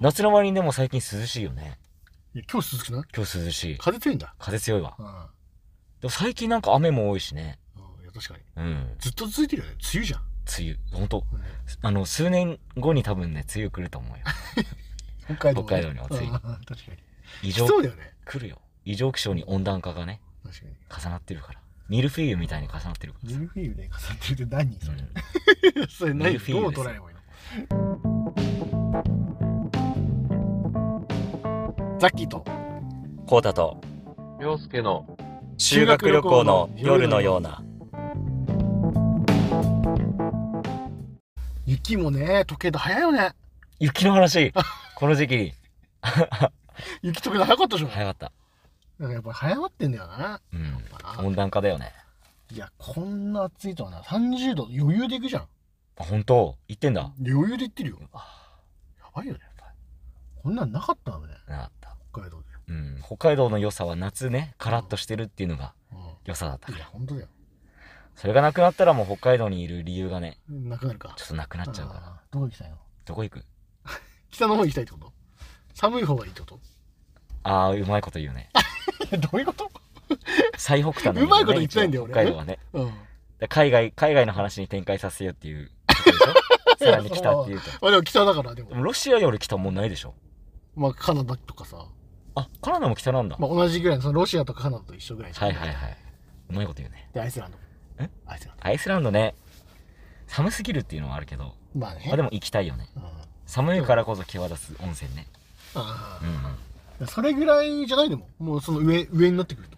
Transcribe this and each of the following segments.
夏の割にでも最近涼しいよね。いや今日涼しくない今日涼しい。風強いんだ。風強いわう。ん。うんでも最近なんか雨も多いしね。いや確かに。うん。ずっと続いてるよね。梅雨じゃん。梅雨。ほんと、うんあの、数年後に多分ね、梅雨来ると思 うよ。北海道ね。北海道に暑いうんうん確かに。異き常、そうだよね。来るよ。異常気象に温暖化がね、確かに。重なってるから。ミルフィーユみたいに重なってるかミルフィーユで重ねてるって何ら。 そうんれ。それ何ミルフィーユどうです捉えればいいのザッキーと。コータと洋介の修学旅行の夜のような雪もね、溶けた早いよね。雪の話。この時期、雪溶けた早かったでしょ。早かった。なんかやっぱ早まってんだよな。うん。あ温暖化だよね。いや、こんな暑いとはな、30度余裕でいくじゃん。あほんと行ってんだ。余裕でいってるよ。あやばいよね。こんなんなかったのね、なかった。北海道で。うん。北海道の良さは夏ね、カラッとしてるっていうのがう良さだったん。かいや、ら。本当だよ。それがなくなったらもう北海道にいる理由がね、なくなるかち。ょっとなくなっちゃうから。あーどこ行きたいのどこ行く北の方行きたいってこと寒い方がいいってことああ、うまいこと言うね。どういうこと最北端なんだよねうまいこと言ってないんだよ一応俺北海道はね。うん。で海外、海外の話に展開させようって いうことでしょさらに北っていうと。あ、でも北だから、でもで。もロシアより北もうないでしょ。まあ、カナダとかさ。あ、カナダも北なんだ。まあ、同じぐらいの、そのロシアとかカナダと一緒ぐらいじゃんはいはいはい。うまいこと言うね。で、アイスランド。えアイスランアイスランドね、寒すぎるっていうのはあるけど、ド。まあね。まあでも行きたいよね。うんあ寒いからこそ際立つ温泉ね。あうそれぐらいじゃないでも。もうその上、上になってくる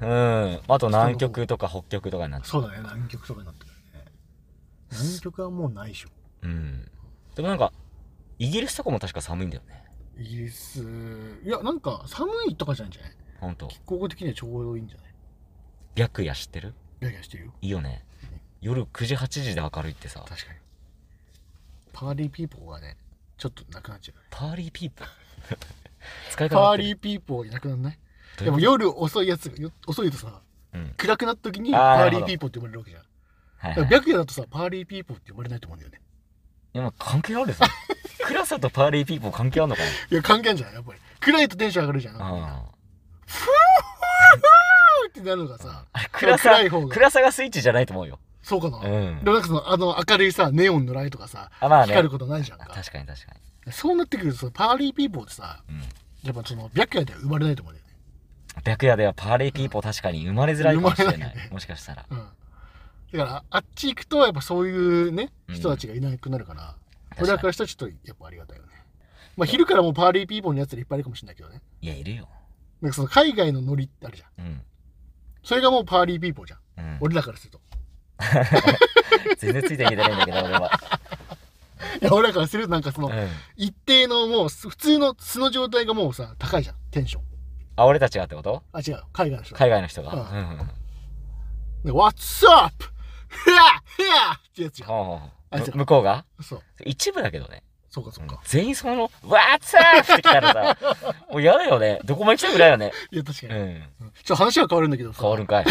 と。んうん。うん。あと南極とか北極とかになっちゃそうだね、南極とかになってくるね。南極はもうないでしょ。う。うん。でもなんか、イギリスとかも確か寒いんだよね。イギリス、いや、なんか寒いとかじゃないんじゃないほんと。気候的にはちょうどいいんじゃない白夜知ってるいやいやしてるよ。いいよね。夜9時、8時で明るいってさ、確かに。パーリーピーポーがね、ちょっとなくなっちゃうよね。パーリーピープル 使い方合パーってリるーピーポーいなくなんないどういでうこもと夜遅いやつが、よ遅いとさ、うん暗くなった時にあーパーリなるほーどピーポーって呼ばれるわけじゃん。はいだはいから白夜だとさ、パーリーピーポーって呼ばれないと思うんだよね。いやまあ関係あるでしょ 暗さとパーリーピーポー関係あるのかないや、関係あるじゃん、やっぱり。暗いとテンション上がる じゃん。なんかあうーってなるのがさ、あれ暗さ暗い方が暗さがスイッチじゃないと思うよそうかな。うでんもなんかその、あの、明るいさ、ネオンのライトがさ、あまあね光ることないじゃんか。確かに確かそうなってくるとさ、パーリーピーポーってさ、に、うん、やっぱその、白夜では生まれないと思うんだよね。白夜ではパーリーピーポー確かに生まれづらいかもしれ生まなれないいもしかしたらうん。だから、あっち行くと、やっぱそういうね、うん人たちがいなくなるから、確俺らかからしたらちょっと、やっぱありがたいよね。まあ、昼からもうパーリーピーポーのやつらいっぱいいるかもしれないけどね。にいやいるよなんかその、海外のノリってあるじゃん。うん、それがもうパーリーピーポーじゃん。うん、俺らからすると。全然ついていけてないんだけど俺は、いや、俺らからすると、なんかそのう、ん、一定のもう、す普通の素の状態がもうさ、高いじゃん、テンション。あ俺たちがってことあ、違う、海外の人。海外の人が、うんうんうんうんで What's up? ヘアヘアってやつじゃん。ほうほうほうあじゃむあ向こうがそう、一部だけどねそうかそうか。全員その、わーっさーって来たらさ、 もう嫌だよね。どこも行きたくないよね。いや、確かうに。ん。ちょっと話は変わるんだけどさ。変わるんかい。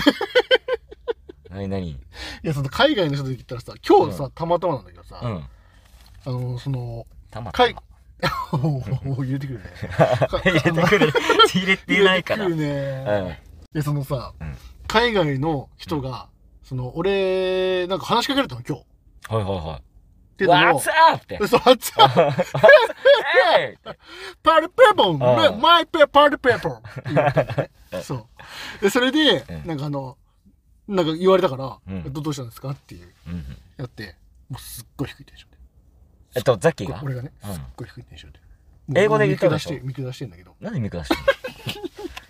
なになにいや、その海外の人で言ったらさ、今日さ、うたまたまなんだけどさ、うん。あの、その、たまた海ま。 もうもう入れてくるね。 入れてくる。入れてないから。う入れん。てくるね。で、そのさ、うん海外の人が、その、俺、なんか話しかけられたの、今日。はいはっていいうのはい。も What's、up! って。そう、あっちゃ、えいパルペポン、ああマイペ、パルペポンって言ったのね。そう。で、それでう、んなんかあの、なんか言われたから、うんどどうしたんですかっていう、うんうんやって、もうすっごい低いテンションで。えっと、ザッキーが俺がね、うんすっごい低いテンションで。英語で言ったもでう見しょ下して、見下してんだけど。なんで見下してんの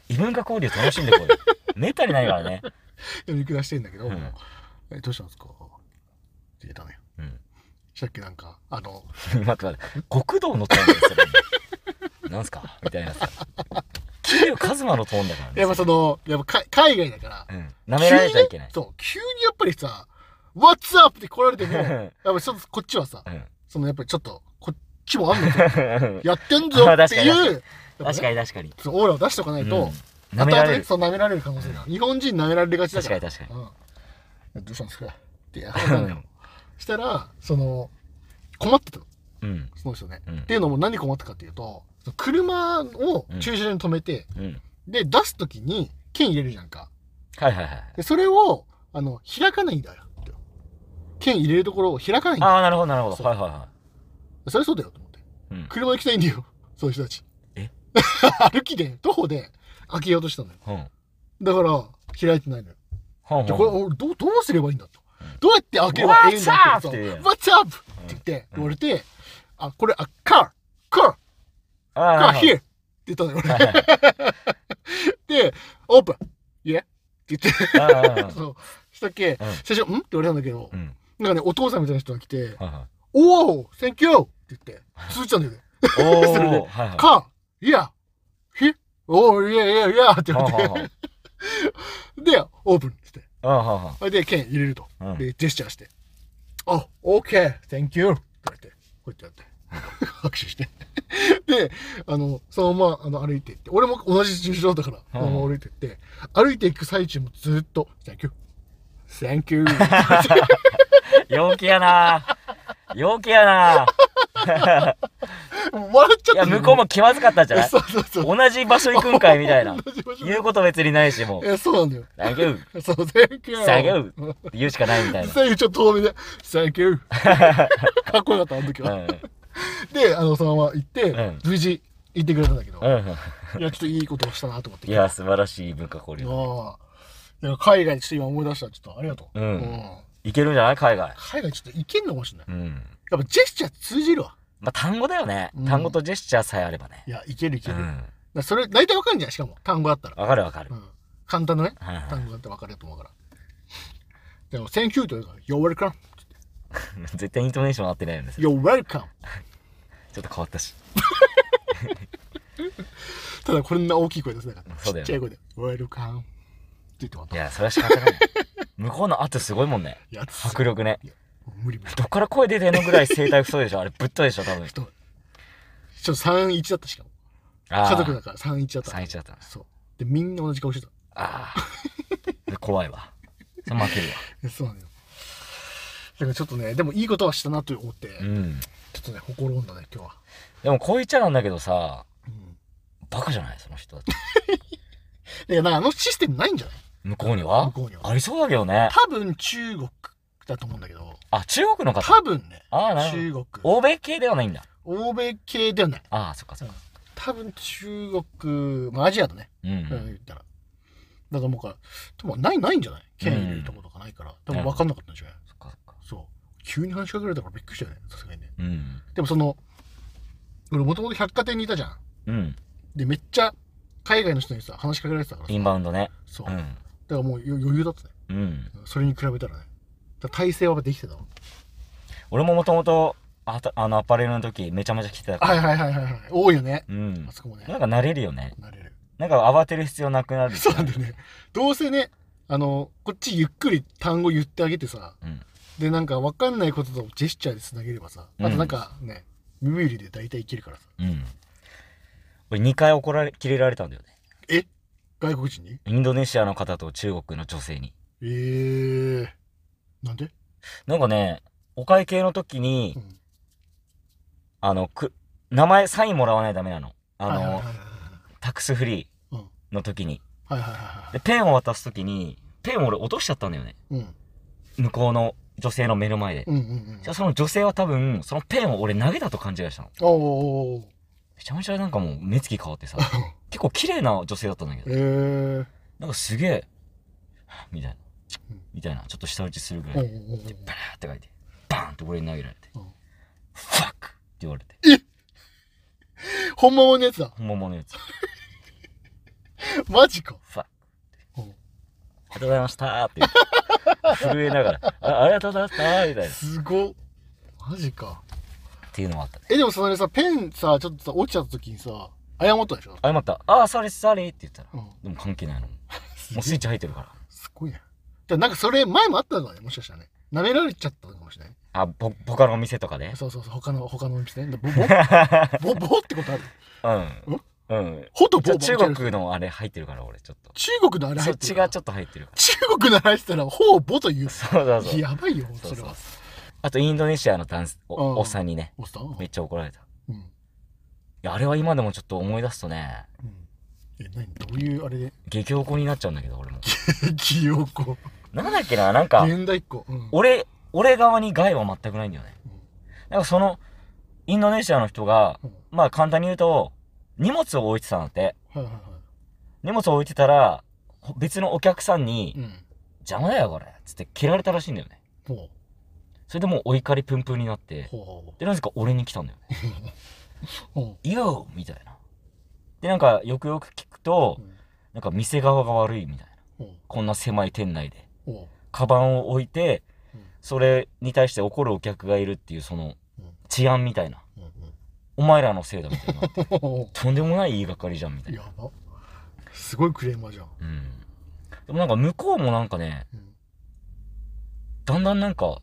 異文化交流楽しんでこいよ。めったにないからね。見下してんだけど、うんえどうしたんですかって言ったのよ。うん。さっきなんか、あの、待って待って。極道のトーンですよね。なんすかみたいなさ。桐生一馬のトーンだからね。やっぱその、やっぱか海外だから、うん。舐められちゃいけない急にね。そう、急にやっぱりさ、What's up? って来られて も、うやんっぱりちょっとこっちはさ、うん。そのやっぱりちょっと、こっちもあんの よやってんぞあっ確てかにいう、やっ確ぱかねに確かに。そうオーラを出しておかないと、うん、舐められ後々ねる。そう舐められる可能性がある。日本人舐められがちだから。確かに確かに。うん、どうしたんですかってやったのよ。したら、その、困ってたの。うん。そうですよね。うんっていうのも何で困ったかっていうと、その車を駐車場に止めて、うん。で、出すときに剣入れるじゃんか。はいはいはい。で、それを、あの、開かないんだよ。剣入れるところを開かないんだよ。ああ、なるほどなるほそど。うはいはいはそれそうだよと思って。い。うん。車で行きたいんだよ。 そういう人たち。え 歩きで、徒歩で開けようとしたのよ。うん。だから、開いてないのよ。はんじゃはあんこれ、俺どう、どうすればいいんだとうん。どうやって開ければいいんだって What's up って言うやん What's up? って言って、うん俺で、あ、これ、あ、car, car, ああ car なる here! って言ったのよ、俺。ほどはいはいで、オープン !Yeah? って言って、ああああ そう、したっけ、うん最初、んって言われたんだけどう、ん。なんかね、お父さんみたいな人が来て、はいはおお !Thank you! って言って、続いちゃうんだよね。い。おそれでお。はいはい。 car! Yeah! Here! おお、いやいやいやって言はわんはれんはんて、で、オープンって言って、ああはんはんそれで、剣入れると。うんで、ジェスチャーして、あ、OK! Thank you! って言われて、こうやってや って。拍手して。で、あの、そのままあの歩いていって、俺も同じ駐車場だから、そうんのまま歩いていって、歩いていく最中もずっと、Thank you! Thank you! 陽気やな陽気やない笑っちゃったや、向こうも気まずかったんじゃないそうそうそう。同じ場所行くんかいみたいな。 同じ場所言うこと別にないし、もう。え、そうなんだよ。 Thank you! そう、Thank you! Thank you! って言うしかないみたいな。最後ちょっと遠目で、Thank you! かっこよかった、あの時うは。んで、あの、そのまま行ってうん、無事行ってくれたんだけど、うんいや、ちょっといいことをしたなと思って。いや、素晴らしい文化交流。ああ。いや海外ちょっと今思い出した。ちょっとありがとう。うんいけるんじゃない海外。海外ちょっといけんのかもしれない。うん。やっぱジェスチャー通じるわ。まあ、単語だよねうん。単語とジェスチャーさえあればね。いや、いけるいけうる。だかん。らそれ、大体わかるんじゃないしかも、単語あったら。わかるわかるう。ん。簡単なね、はいはい単語だってわかると思うから。でも、Thank you と言うから、You're welcome. 絶対イントネーション合ってないよね。ちょ You're welcome. っと変わったし。ただ、こんな大きい声出せなかった。そうだちっよちゃい声で、Welcome. って言ってもらっいた。いや、それは仕方ない。向こうの後すごいもんね。や、つ迫力ね。無理無理。どっから声出てんのぐらい声帯太いでしょあれぶっといでしょ多 分。太い。ちょっと3-1だったしかも。あ家あ族だから3-1だった。三一だったなそう。で、みんな同じ顔してた。ああ。怖いわ。それ負けるわ。えそうなのよ。だからちょっとね、でもいいことはしたなと思って、うん。ちょっとね、誇ろうんだね、今日は。でもこう言っちゃなんだけどさ、うん。バカじゃないその人だって。だからなんかあのシステムないんじゃない向こうには向こうにはありそうだけどね。多分中国だと思うんだけど、あ、中国の方。多分ね、ああ、なる中国、ほど。欧米系ではないんだ。欧米系ではない。ああ、そっかそっか。多分中国、まあアジアだね、うん。うん、言ったら。だと思うから、でもない、ないんじゃない県入れるとことかないから、多分分かんなかったんじゃないそっかそっか。そう。急に話しかけられたからびっくりしたよね、さすがにね。うん。でもその、俺もともと百貨店にいたじゃん。うん。で、めっちゃ海外の人にさ、話しかけられてたからさインバウンドね。そう。うだかん。らもう余余裕だったね。うん。それに比べたらね。だから体勢はできてたわ。俺ももともと、あたあの、アパレルの時、めちゃめちゃ来てたから。はいはいはいはいはい。多いよね。うんあ。そこもね。なんか慣れるよね。慣れる。なんか慌てる必要なくなる。 そうなんだよね。どうせね、あの、こっちゆっくり単語言ってあげてさ、うん。で、なんかわかんないこととジェスチャーでつなげればさ、あとなんかね、耳入りで大体いけるからさ。うん。俺2回怒られ、キレられたんだよね。え外国人にインドネシアの方と中国の女性に。えー。なんでなんかね、お会計の時に、うん。あの、く、名前、サインもらわないとダメなの。あはいの、はいはいはいタックスフリはい。うーん。の時に。はいはいはいはいで、ペンを渡す時に、ペンを俺落としちゃったんだよね。。うん。向こうの女性の目の前で。うんうんうんじゃ。あその女性は多分、そのペンを俺投げたと勘違いしたの。おーおーおー。めちゃめちゃなんかもう目つき変わってさ、結構綺麗な女性だったんだけど え、ー。なんかすげえ、みたいなうん、みたいな、ちょっと舌打ちするぐおらーおい、ーおーバーって書いて、バーンって俺に投げられて、フうんァックって言われて、本物のやつだ。本物のやつ、マジか。ファック。うんありがとうございましたーって言って、震えながら、あありがとうございましたーみたいな。っすごっ。マジか。ていうのもあったね。え、でもそれさ、ペンさ、ちょっとさ、落ちちゃった時にさ、謝ったでしょ謝った。ああ、サリサリって言ったら、うん。でも関係ないの。もすうスイッチ入ってるから。すごいね。じゃなんかそれ前もあったのかね、もしかしたらね。舐められちゃったのかもしれない。あ、ぼ、他のお店と かで。そうそうそう、他の、他のお店ね。ボボボボってことある うん。うん。ほとじボゃボあ中国のあれ入ってるから、俺ちょっと。中国のあれ入そっってちるからがちょっと入ってるか中国のあれ入ってたら、ほうボと言うら。。そうそうそう。やばいよ、そそうれそうは。あとインドネシアの男性ああおおっさんにね、おっさんめっちゃ怒られた。いうん。や、あれは今でもちょっと思い出すとね、うんえ、何どういうあれで 激おこになっちゃうんだけど、俺も。記憶を。なんだっけな、なんか、現代っ子。うん。俺、俺側に害は全くないんだよね。なんかその、インドネシアの人が、うんまあ簡単に言うと、荷物を置いてたんだって。はいはいは荷物を置いてたら、ほ別のお客さんに、い。うん。邪魔だよこれつって蹴られたらしいんだよね。ほそれでもうお怒りプンプンになっう。て、ほうほで、なぜか俺に来たんだよね。う。ほいいよみたいな。で、なんかよくよく聞くとう。う、んなんか店側が悪いみたいな。ほこんな狭い店内で。う。ほカバンを置いてうん、それに対して怒るお客がいるっていう、そのうん、治安みたいな。う。うんうお前らのせいだみたいな。 ん。ほうほとんでもない言いがかりじゃんみたう。いやな。ば。すごいクレーマーじゃん。うん。でもなんか向こうもなんかね、うん。だんだんなんか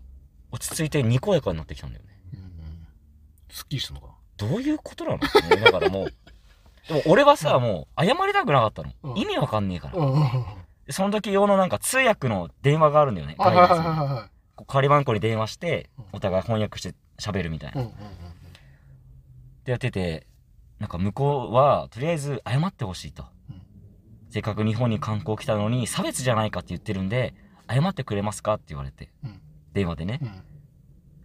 落ち着いてにこやかになってきたんだよね。うんうん。すっきりしたのかどういうことなの って思いながらもう。でも俺はさ、もう謝りたくなかったの。うん意味わかんねえから。うん。はいでその時用のなんか通訳の電話があるんだよね。はい海外はい通はいはこう仮番号に電話してうん、お互い翻訳して喋るみたいい。うな。んっうんうんてやってて、なんか向こうはとりあえず謝ってほしいとうん。せっかく日本に観光来たのに差別じゃないかって言ってるんで、謝ってくれますかって言われてうん、電話でねう。ん。うん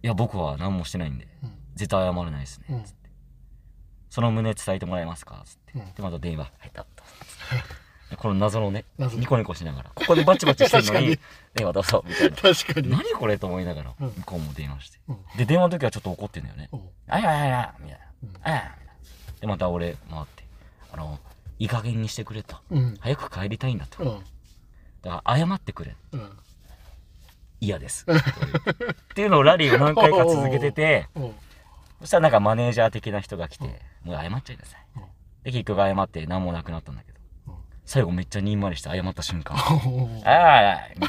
いや、僕は何もしてないんで、絶対謝れないですうんね。つってその旨伝えてもらえますかつって。うん。で、また電話入ったと。この謎のね、謎ニコニコしながら、ここでバチバチしてるの確にか、電話出そう、みた いな。確かに。何これと思いながら、うん向こうも電話してうん。で、電話の時はちょっと怒ってんだよね。ほうあやあやあや、みたいうんな。あや、みたいな。で、また俺回って、あの、いい加減にしてくれと。うん。早く帰りたいんだと。うだん。から、謝ってくれ。うん。嫌です。っていうのをラリーを何回か続けて て、ほう。そしたらなんかマネージャー的な人が来て、もう謝っちゃいなさいうん。で、結局謝って何もなくなったんだけどうん、最後めっちゃにんまりして謝った瞬 間、ほうほうほうああ、みたいな。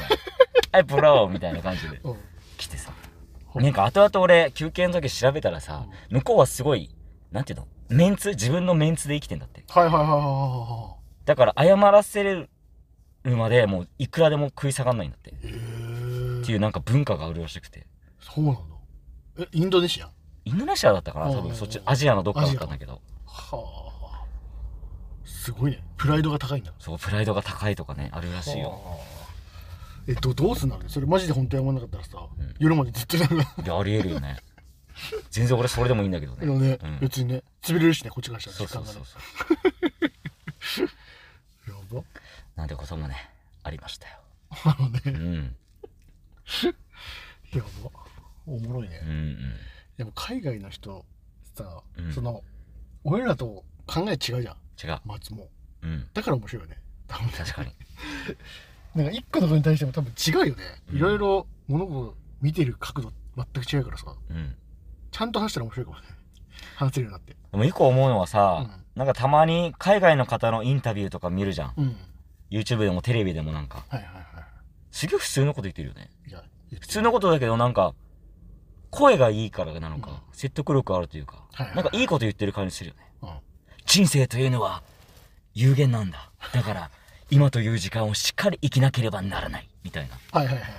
はい、プロみたいな感じでうん。来てさ。ほうなんか後々俺、休憩の時調べたらさ、向こうはすごい、なんていうのメンツ自分のメンツで生きてんだって。はいはいはいはいはだから謝らせれるまでもういくらでも食い下がんないんだって。っいはい。てへえ。いうなんか文化があるらしくて。そうなのえ、インドネシアインドネシアだったかなうん多分そっち、アジアのどっかだったんだけど。はあ。すごいね。プライドが高いんだ。そう、プライドが高いとかね、あるらしいよ。はあ。え、ど、どうすんだろうねそれマジで本当にやまなかったらさうん、夜までずっとなんか、いや、ありえるよね。全然俺それでもいいんだけどあのね。ねうん、別にね、潰れるしね、こっちからしたらそう時そ間うそがねう。そう。やば。なんてこともね、ありましたよ。あのね、うん。やば。おもろいねうん。うん。でも海外の人さ、うんその俺らと考え違うじゃん違う。松もうん。だから面白いよね多分ね確かに。なんか一個のことに対しても多分違うよね、うんいろいろ物事を見てる角度全く違うからさうん。ちゃんと話したら面白いかもね 話せるようになってでも一個思うのはさ、なんかたまに海外の方のインタビューとか見るじゃん。うん、うん、 YouTube でもテレビでもなんか。はいはいはすげえ普通のこと言ってるよね。いいや普通のことだけどなんか、声がいいからなのか、うん説得力あるというか、はいはいなんかいいこと言ってる感じするよね。と、うん、人生というのは有限なんだ。だから、 今という時間をしっかり生きなければならない。みたいな。はいはいはいはい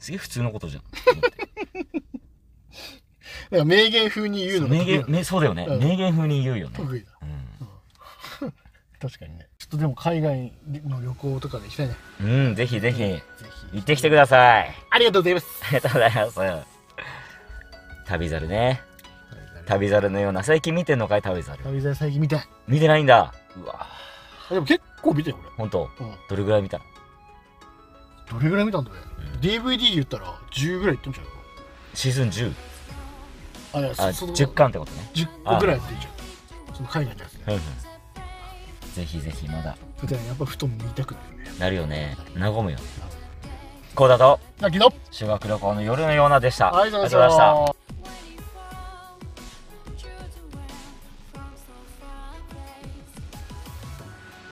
すげえ普通のことじゃん。だから名言風に言うのが名得意な言の、名そうだよね。うん名言風に言うよね。得意だう確かにねちょっとでも海外の旅行とかで行きたいねん。うん、ぜひぜひ、ぜ行ってきてください。 ありがとうございますありがとうございます。旅猿ね。旅猿のような。最近見てんのかい旅猿。旅剤最近見たい見てないんだ。うわあでも結構見たよほんと、俺、うん、どれぐらい見たのどれぐらい見たんだろうねうん DVD で言ったら10ぐらいいってんじゃないシーズン10。かあいやあ、そその10巻ってことね。 10個ぐらいやってんじゃんその海外のやつねうんうん。ぜひぜひまだ、普段やっぱふと見たくなるねなるよね。和むよ。こうだと、だけど修学旅行の夜のようなでした。ありがとうございまありがとうございまししたた